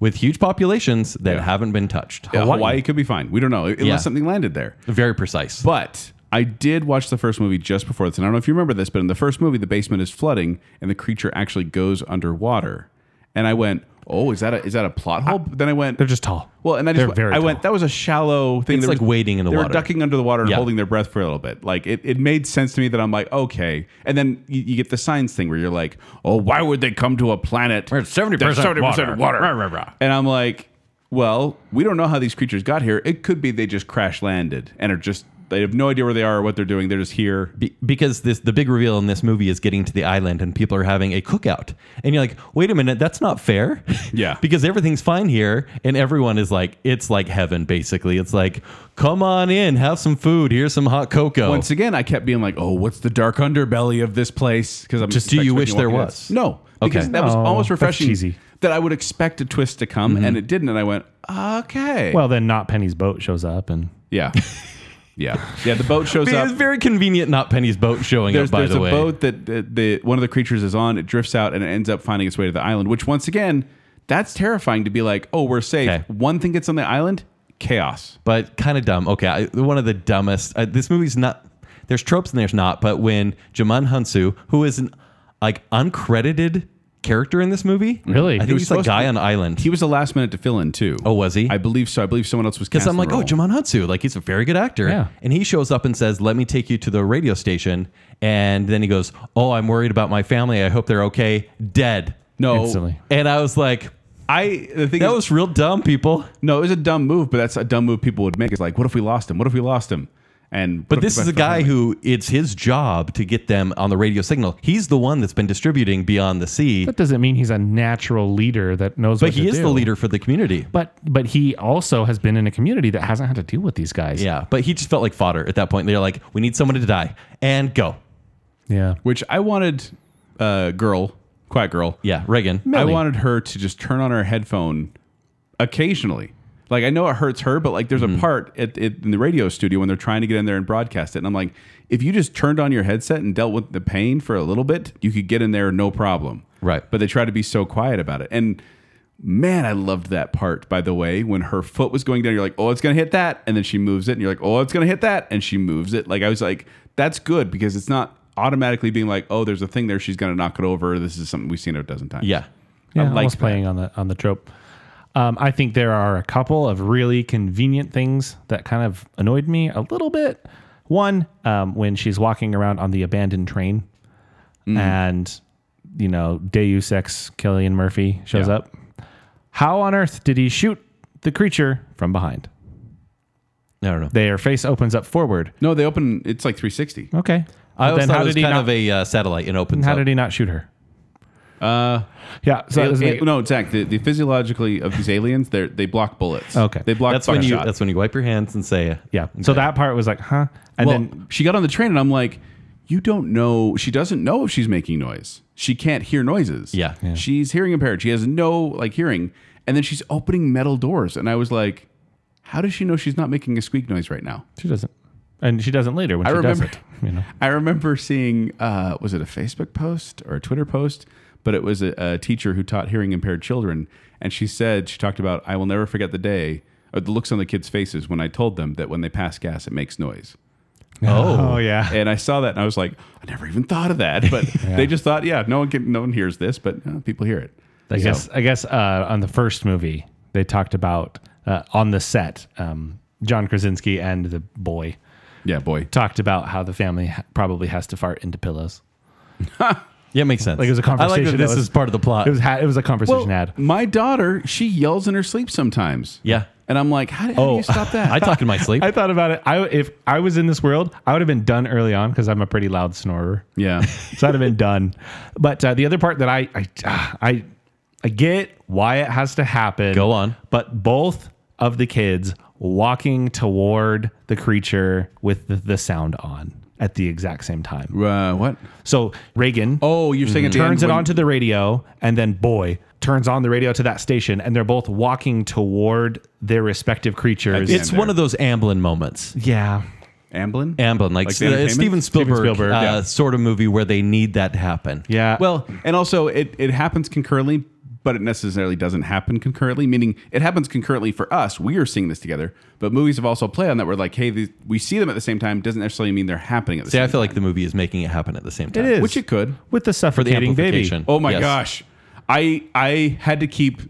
Speaker 1: with huge populations that
Speaker 2: Yeah.
Speaker 1: haven't been touched.
Speaker 2: in- Hawaii. could be fine. We don't know unless
Speaker 1: Yeah.
Speaker 2: something landed there.
Speaker 1: Very precise.
Speaker 2: But I did watch the first movie just before this, and I don't know if you remember this, but in the first movie, the basement is flooding, and the creature actually goes underwater. And I went, "Oh, is that a, is that a plot hole?" But then I went,
Speaker 3: They're just tall.
Speaker 2: Well, and I just
Speaker 3: They're
Speaker 2: went-
Speaker 3: very
Speaker 2: I went,
Speaker 3: tall.
Speaker 2: "That was a shallow thing."
Speaker 1: It's
Speaker 2: There
Speaker 1: like
Speaker 2: was-
Speaker 1: wading in the
Speaker 2: they
Speaker 1: water.
Speaker 2: Were ducking under the water and
Speaker 1: Yeah.
Speaker 2: holding their breath for a little bit. Like it, it made sense to me that I'm like, okay. And then you, you get the science thing where you're like, "Oh, why would they come to a planet
Speaker 1: Where it's 70%
Speaker 2: that's 70%
Speaker 1: water.
Speaker 2: water. And I'm like, well, we don't know how these creatures got here. It could be they just crash landed and are just they have no idea where they are or what they're doing. They're just here.
Speaker 1: be- because this the big reveal in this movie is getting to the island and people are having a cookout and you're like wait a minute that's not fair
Speaker 2: Yeah.
Speaker 1: because everything's fine here and everyone is like it's like heaven basically it's like come on in have some food here's some hot cocoa
Speaker 2: Once again, I kept being like, "Oh, what's the dark underbelly of this place?" Because I'm
Speaker 1: Just do you wish
Speaker 2: expecting
Speaker 1: there
Speaker 2: Walking Dead.
Speaker 1: was?
Speaker 2: No, because
Speaker 1: Okay.
Speaker 2: that was
Speaker 3: No,
Speaker 2: almost
Speaker 3: Oh, that's
Speaker 2: refreshing.
Speaker 3: cheesy.
Speaker 2: That I would expect a twist to
Speaker 1: Mm-hmm.
Speaker 2: come, and it didn't. And I went, "Okay,
Speaker 3: Well, then not Penny's boat shows up, and
Speaker 2: yeah, yeah, yeah." The boat shows
Speaker 1: it's
Speaker 2: up.
Speaker 1: very convenient not penny's boat showing
Speaker 2: There's,
Speaker 1: up by
Speaker 2: there's
Speaker 1: the
Speaker 2: a
Speaker 1: way
Speaker 2: boat that uh, the one of the creatures is on. It drifts out and it ends up finding its way to the island. Which once again, that's terrifying to be like, "Oh, we're safe."
Speaker 1: Okay.
Speaker 2: One thing gets on the island, chaos.
Speaker 1: but kind of dumb okay I, one of the dumbest uh, this movie's not there's tropes and there's not but when jaman hansu who is an like uncredited character in this movie
Speaker 3: Really?
Speaker 1: i
Speaker 3: He
Speaker 1: think
Speaker 3: was
Speaker 1: he's a
Speaker 2: supposed to
Speaker 1: guy
Speaker 2: be-
Speaker 1: on island
Speaker 2: He was the last minute to fill in too.
Speaker 1: oh was he
Speaker 2: I believe so. I believe someone else was
Speaker 1: Because
Speaker 2: cast
Speaker 1: I'm
Speaker 2: in the
Speaker 1: like, oh,
Speaker 2: role.
Speaker 1: Jamon Hatsu, like he's a very good actor.
Speaker 3: Yeah.
Speaker 1: And he shows up and says, let me take you to the radio station. And then he goes, oh, I'm worried about my family. I hope they're okay. Dead.
Speaker 2: no,
Speaker 3: Instantly.
Speaker 1: And I was like,
Speaker 2: I the thing
Speaker 1: that
Speaker 2: is-
Speaker 1: was real dumb, people.
Speaker 2: no, it was a dumb move, but that's a dumb move people would make. It's like, what if we lost him? What if we lost him? And
Speaker 1: But this is a guy who it's his job to get them on the radio signal. He's the one that's been distributing Beyond the Sea,
Speaker 3: that doesn't mean he's a natural leader that knows.
Speaker 1: but
Speaker 3: what
Speaker 1: he
Speaker 3: to
Speaker 1: is
Speaker 3: do.
Speaker 1: the leader for the community.
Speaker 3: But but he also has been in a community that hasn't had to deal with these guys.
Speaker 1: Yeah. But he just felt like fodder at that point. They're like, we need someone to die and go.
Speaker 3: Yeah.
Speaker 2: which I wanted, uh, girl, quiet girl.
Speaker 1: Yeah. Reagan.
Speaker 2: I wanted her to just turn on her headphone occasionally. Like I know it hurts her, but like there's
Speaker 1: Mm-hmm.
Speaker 2: a part at, at, in the radio studio when they're trying to get in there and broadcast it, and I'm like, if you just turned on your headset and dealt with the pain for a little bit, you could get in there no problem.
Speaker 1: Right.
Speaker 2: But they try to be so quiet about it, and man, I loved that part. By the way, when her foot was going down, you're like, oh, it's gonna hit that, and then she moves it, and you're like, oh, it's gonna hit that, and she moves it. Like I was like, that's good because it's not automatically being like, oh, there's a thing there, she's gonna knock it over. This is something we've seen a dozen times.
Speaker 1: Yeah.
Speaker 3: Yeah,
Speaker 2: like
Speaker 3: almost
Speaker 2: that.
Speaker 3: playing on the on the trope. Um, I think there are a couple of really convenient things that kind of annoyed me a little bit. One, um, when she's walking around on the abandoned train,
Speaker 1: Mm.
Speaker 3: and you know Deus Ex Killian Murphy shows
Speaker 2: Yeah.
Speaker 3: up. How on earth did he shoot the creature from behind?
Speaker 1: I don't know.
Speaker 3: Their face opens up forward.
Speaker 2: No, they open. It's like 360.
Speaker 3: Okay,
Speaker 1: I
Speaker 3: But
Speaker 1: always thought it was kind
Speaker 3: not,
Speaker 1: of a uh, satellite and opens
Speaker 3: how
Speaker 1: up.
Speaker 3: did he not shoot her? Uh, yeah. So that
Speaker 2: Al-
Speaker 3: doesn't make-
Speaker 2: al- no, Zach. The, the physiologically of these aliens, they they block bullets.
Speaker 3: Okay.
Speaker 2: they block
Speaker 1: that's when you
Speaker 2: buckshot.
Speaker 1: that's when you wipe your hands and say uh,
Speaker 3: yeah. So that part was like, huh? And
Speaker 2: well,
Speaker 3: then
Speaker 2: she got on the train, and I'm like, you don't know. She doesn't know if she's making noise. She can't hear noises.
Speaker 1: Yeah. Yeah.
Speaker 2: she's hearing impaired. She has no like hearing, and then she's opening metal doors, and I was like, how does she know she's not making a squeak noise right now?
Speaker 3: She doesn't. I and she doesn't later when
Speaker 2: I
Speaker 3: she
Speaker 2: remember-
Speaker 3: does it. You know,
Speaker 2: I remember seeing, uh, was it a Facebook post or a Twitter post? But it was a, a teacher who taught hearing impaired children. And she said, she talked about, I will never forget the day, or the looks on the kids' faces when I told them that when they pass gas, it makes noise.
Speaker 1: Oh.
Speaker 3: yeah,
Speaker 2: And I saw that and I was like, I never even thought of that. But they just thought, yeah, no one can, no one hears this, but uh, people hear it.
Speaker 3: I
Speaker 2: So-
Speaker 3: guess I guess uh, on the first movie they talked about uh, on the set um, John Krasinski and the boy
Speaker 2: yeah, boy.
Speaker 3: talked about how the family ha- probably has to fart into pillows.
Speaker 1: Yeah, it makes sense.
Speaker 3: Like, it was a
Speaker 1: I like
Speaker 3: conversation
Speaker 1: that
Speaker 3: that
Speaker 1: this
Speaker 3: was-
Speaker 1: is part of the plot.
Speaker 3: It was ha- it was a conversation had.
Speaker 2: my daughter, she yells in her sleep sometimes.
Speaker 1: yeah.
Speaker 2: And I'm like, how, how do you stop that?
Speaker 1: I talk in my sleep.
Speaker 3: Oh, I thought about it. I if I was in this world, I would have been done early on because I'm a pretty loud snorer.
Speaker 2: yeah.
Speaker 3: so I'd have been done. But uh, the other part that I I ah, I, I get why it has to happen.
Speaker 1: Go on.
Speaker 3: But both of the kids walking toward the creature with the, the sound on at the exact same time.
Speaker 2: Uh, what?
Speaker 3: So Reagan
Speaker 2: Oh, you're saying it
Speaker 3: Mm-hmm. turns it onto the radio, and then boy turns on the radio to that station, and they're both walking toward their respective creatures.
Speaker 2: the end.
Speaker 1: it's
Speaker 2: there.
Speaker 1: one of those Amblin moments.
Speaker 3: yeah.
Speaker 2: Amblin?
Speaker 1: Amblin, like,
Speaker 2: Like
Speaker 1: S-
Speaker 2: the
Speaker 1: uh,
Speaker 2: entertainment?
Speaker 1: Steven Spielberg,
Speaker 3: Spielberg,
Speaker 1: uh,
Speaker 3: yeah.
Speaker 1: sort of movie where they need that to happen.
Speaker 3: Yeah.
Speaker 2: Well, and also it, it happens concurrently, but it necessarily doesn't happen concurrently, meaning it happens concurrently for us. We are seeing this together, but movies have also played on that. We're like, hey, these, we see them at the same time, doesn't necessarily mean they're happening at the
Speaker 1: See, I
Speaker 2: same
Speaker 1: feel like the movie is making it happen at the same time.
Speaker 3: It is.
Speaker 2: Which it could.
Speaker 3: with the suffocating baby.
Speaker 1: amplification.
Speaker 2: Oh my
Speaker 1: Yes.
Speaker 2: gosh. I, I had to keep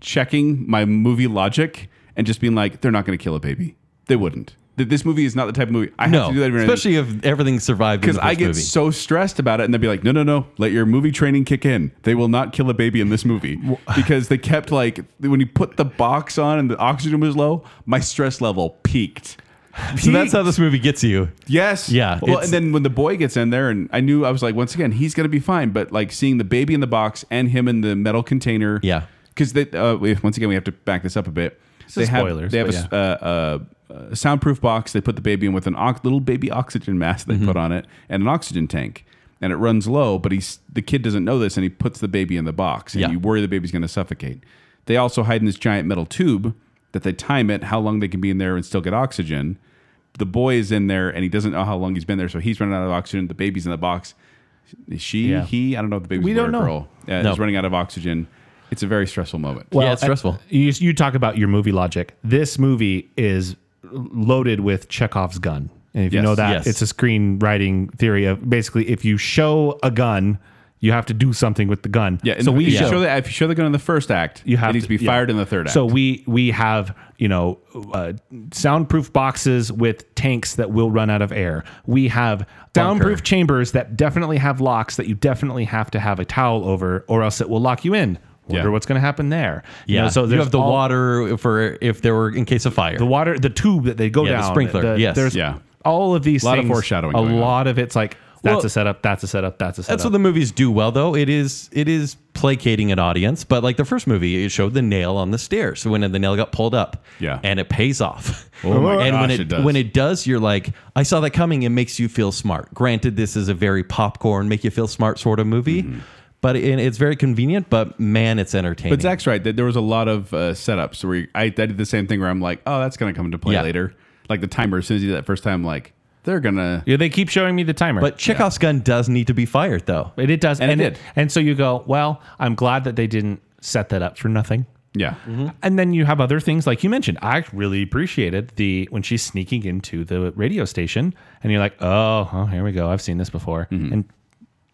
Speaker 2: checking my movie logic and just being like, they're not going to kill a baby. They wouldn't. Th- This movie is not the type of movie I have
Speaker 1: No,
Speaker 2: to do that. every night.
Speaker 1: especially if everything survived in
Speaker 2: Because
Speaker 1: the
Speaker 2: I
Speaker 1: first
Speaker 2: get
Speaker 1: movie.
Speaker 2: so stressed about it, and they'd be like, "No, no, no! Let your movie training kick in. They will not kill a baby in this movie." because they kept like when you put the box on and the oxygen was low, my stress level peaked.
Speaker 1: so that's how this movie gets you.
Speaker 2: Yes.
Speaker 1: Yeah,
Speaker 2: Well,
Speaker 1: it's-
Speaker 2: and then when the boy gets in there, and I knew I was like, once again, he's gonna be fine. But like seeing the baby in the box and him in the metal container.
Speaker 1: Yeah.
Speaker 2: Because they uh, we, once again we have to back this up a bit.
Speaker 3: is
Speaker 2: they have,
Speaker 3: spoilers,
Speaker 2: They have
Speaker 3: but
Speaker 2: a, s- uh, uh, uh, soundproof box. They put the baby in with an ox- little baby oxygen mask they
Speaker 3: Mm-hmm.
Speaker 2: put on it and an oxygen tank. And it runs low, but he's the kid doesn't know this, and he puts the baby in the box, and
Speaker 1: Yeah.
Speaker 2: you worry the baby's going to suffocate. They also hide in this giant metal tube that they time it how long they can be in there and still get oxygen. The boy is in there, and he doesn't know how long he's been there, so he's running out of oxygen. The baby's in the box. Is She,
Speaker 3: Yeah.
Speaker 2: he, I don't know if the baby's
Speaker 3: We
Speaker 2: boy
Speaker 3: don't
Speaker 2: or
Speaker 3: know.
Speaker 2: girl uh,
Speaker 1: No.
Speaker 2: is running out of oxygen. It's a very stressful moment.
Speaker 1: Yeah, it's
Speaker 3: I-
Speaker 1: stressful.
Speaker 3: You, you talk about your movie logic. This movie is loaded with Chekhov's gun. And if you
Speaker 2: Yes.
Speaker 3: know that,
Speaker 1: Yes.
Speaker 3: it's a screenwriting theory of basically if you show a gun, you have to do something with the gun.
Speaker 2: Yeah, and
Speaker 3: so we
Speaker 2: if you
Speaker 3: show
Speaker 2: show that if you show the gun in the first act,
Speaker 3: you have
Speaker 2: it needs to, be
Speaker 3: yeah.
Speaker 2: fired in the third act.
Speaker 3: So we we have you know uh, soundproof boxes with tanks that will run out of air. We have soundproof chambers that definitely have locks that you definitely have to have a towel over, or else it will lock you in. Wonder
Speaker 2: Yeah.
Speaker 3: what's going to happen there. You
Speaker 1: Yeah.
Speaker 3: know, so
Speaker 1: you have the
Speaker 3: water.
Speaker 1: water for if there were in case of fire.
Speaker 3: the water, the tube that they go
Speaker 1: Yeah, the
Speaker 3: down,
Speaker 1: sprinkler, yes.
Speaker 3: there's
Speaker 2: Yeah.
Speaker 3: all of these.
Speaker 2: Lot of
Speaker 3: things,
Speaker 2: foreshadowing
Speaker 3: A
Speaker 2: going on.
Speaker 3: lot of it's like that's
Speaker 1: Well,
Speaker 3: a setup. That's a setup. That's a setup.
Speaker 1: That's what the movies do well, though. It is it is placating an audience, but like the first movie, it showed the nail on the stairs when the nail got pulled up.
Speaker 2: Yeah.
Speaker 1: and it pays off.
Speaker 2: Oh my
Speaker 1: and when
Speaker 2: gosh,
Speaker 1: it,
Speaker 2: it does.
Speaker 1: when it does, you're like, I saw that coming. It makes you feel smart. Granted, this is a very popcorn, make you feel smart sort of movie,
Speaker 2: Mm-hmm.
Speaker 1: but it, it's very convenient. But man, it's entertaining.
Speaker 2: but Zach's right that there was a lot of uh, setups where you- I, I did the same thing where I'm like, oh, that's gonna come into play
Speaker 1: Yeah.
Speaker 2: later. Like the timer, as soon as you do that first time, like they're gonna.
Speaker 3: yeah, they keep showing me the timer,
Speaker 1: but Chekhov's gun does need to be fired, though.
Speaker 3: It, it does,
Speaker 2: And it did.
Speaker 3: and so you go, well, I'm glad that they didn't set that up for nothing.
Speaker 2: Yeah,
Speaker 3: And then you have other things like you mentioned. I really appreciated the when she's sneaking into the radio station, and you're like, oh, oh here we go. I've seen this before,
Speaker 2: Mm-hmm.
Speaker 3: and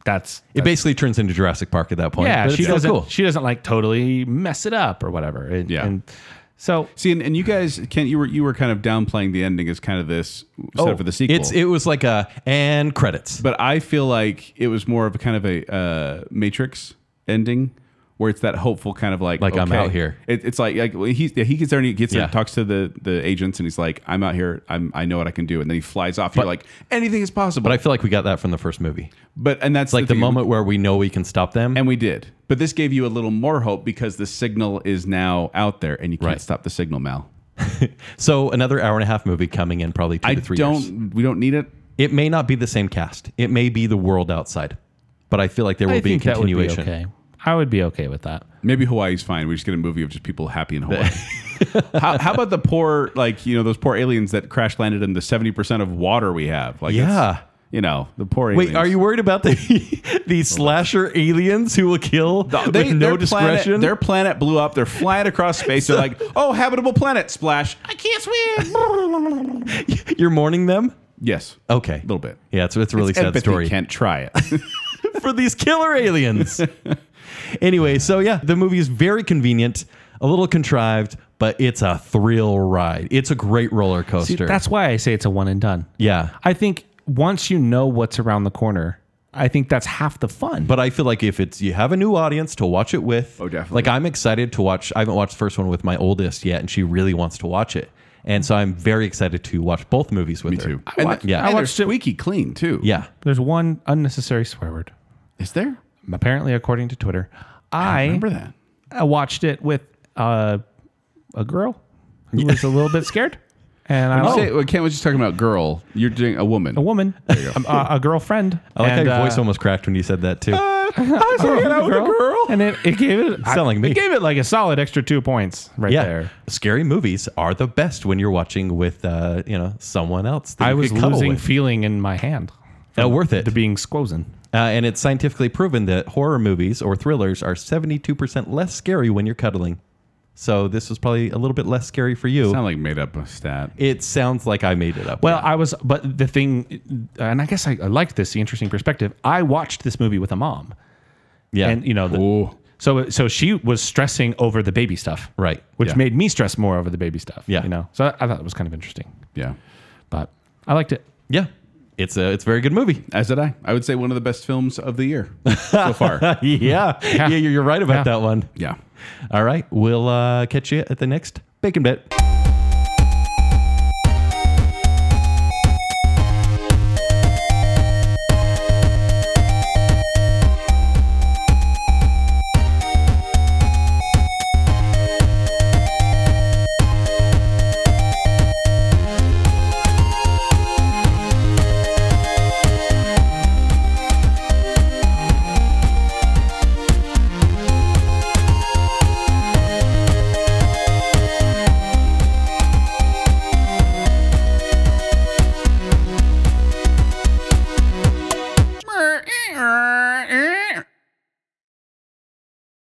Speaker 3: that's
Speaker 1: It basically turns into Jurassic Park at that point.
Speaker 3: yeah.
Speaker 1: but it's
Speaker 3: She
Speaker 1: still
Speaker 3: doesn't.
Speaker 1: cool.
Speaker 3: She doesn't like totally mess it up or whatever. And,
Speaker 2: Yeah.
Speaker 3: And so
Speaker 2: See, and, and you guys, Kent, you were you were kind of downplaying the ending as kind of this set
Speaker 3: Oh,
Speaker 2: up for the sequel.
Speaker 1: It's it was like a and credits.
Speaker 2: but I feel like it was more of a kind of a uh, Matrix ending, where it's that hopeful kind of like
Speaker 1: Like, I'm out here.
Speaker 2: It, it's like like well, he yeah, he gets there and he gets there,
Speaker 1: Yeah.
Speaker 2: and talks to the the agents, and he's like, I'm out here. I'm I know what I can do, and then he flies off. You're like, anything is possible.
Speaker 1: But I feel like we got that from the first movie.
Speaker 2: But and that's
Speaker 1: like the,
Speaker 2: thing.
Speaker 1: moment where we know we can stop them.
Speaker 2: and we did. But this gave you a little more hope because the signal is now out there, and you can't
Speaker 1: Right.
Speaker 2: stop the signal, Mal.
Speaker 1: so another hour and a half movie coming in probably two
Speaker 2: I
Speaker 1: to three
Speaker 2: don't.
Speaker 1: years.
Speaker 2: We don't need it.
Speaker 1: It may not be the same cast. It may be the world outside, but I feel like there will
Speaker 3: I
Speaker 1: be a
Speaker 3: think that would be
Speaker 1: continuation.
Speaker 3: okay. I would be okay with that.
Speaker 2: Maybe Hawaii's fine. We just get a movie of just people happy in Hawaii. how, how about the poor, like you know, those poor aliens that crash landed in the seventy percent of water we have? Like, it's-
Speaker 1: Yeah.
Speaker 2: you know, the poor.
Speaker 1: Wait,
Speaker 2: aliens.
Speaker 1: are you worried about the the slasher aliens who will kill with no
Speaker 2: their
Speaker 1: discretion?
Speaker 2: Planet, their planet blew up. They're flying across space. They're like, oh, habitable planet. Splash. I can't swim.
Speaker 1: You're mourning them?
Speaker 2: yes, a
Speaker 1: Okay.
Speaker 2: little bit.
Speaker 1: Oh. Yeah, it's, it's a really sad
Speaker 2: Empathy
Speaker 1: story.
Speaker 2: Can't try it.
Speaker 1: for these killer aliens. anyway, so yeah, the movie is very convenient, a little contrived, but it's a thrill ride. It's a great roller coaster.
Speaker 3: That's why I say it's a one and done.
Speaker 1: yeah.
Speaker 3: I think once you know what's around the corner, I think that's half the fun.
Speaker 1: But I feel like if it's you have a new audience to watch it with,
Speaker 2: Oh, definitely.
Speaker 1: Like I'm excited to watch. I haven't watched the first one with my oldest yet, and she really wants to watch it, and so I'm very excited to watch both movies with her.
Speaker 2: And,
Speaker 3: watched-
Speaker 1: yeah. I
Speaker 2: and they're
Speaker 3: watched it-
Speaker 2: squeaky clean too.
Speaker 1: Yeah,
Speaker 3: There's one unnecessary swear word.
Speaker 2: Is there?
Speaker 3: Apparently, according to Twitter,
Speaker 1: Eh?
Speaker 3: I,
Speaker 2: Remember that?
Speaker 3: I watched it with uh, a girl who was a little bit scared, and I
Speaker 2: You
Speaker 1: Oh.
Speaker 3: was
Speaker 2: say, well, Kent was just talking about girl. You're doing a woman.
Speaker 3: a woman, um, a, a girlfriend.
Speaker 1: I like
Speaker 3: and,
Speaker 1: how your voice
Speaker 3: uh, Ah,
Speaker 1: almost cracked when you said that too.
Speaker 3: I was hanging out with a girl, and it, it gave it
Speaker 1: sound like me.
Speaker 3: It gave it like a solid extra two points right
Speaker 1: yeah,
Speaker 3: there.
Speaker 1: scary movies are the best when you're watching with uh, you know someone else. That
Speaker 3: I
Speaker 1: you
Speaker 3: was
Speaker 1: could cuddle
Speaker 3: losing
Speaker 1: with.
Speaker 3: feeling in my hand.
Speaker 1: Uh, worth it.
Speaker 3: to being squozen.
Speaker 1: Uh, and it's scientifically proven that horror movies or thrillers are 72% less scary when you're cuddling. So this was probably a little bit less scary for you.
Speaker 2: Sound like made up a stat.
Speaker 1: it sounds like I made it up.
Speaker 3: Well, I was, but the thing, and I guess I, I liked this, the interesting perspective. I watched this movie with a mom,
Speaker 1: yeah.
Speaker 3: and you know, the,
Speaker 2: Ooh.
Speaker 3: so so she was stressing over the baby stuff,
Speaker 1: right.
Speaker 3: Which
Speaker 2: Yeah.
Speaker 3: made me stress more over the baby stuff.
Speaker 1: Yeah.
Speaker 3: you know. So I, I thought it was kind of interesting,
Speaker 2: Yeah.
Speaker 3: but I liked it.
Speaker 1: Yeah. It's a it's a very good movie.
Speaker 2: As did I. I would say one of the best films of the year so far.
Speaker 1: yeah. yeah. You're you're right about that one.
Speaker 2: yeah.
Speaker 1: All right. We'll uh, catch you at the next Bacon Bit.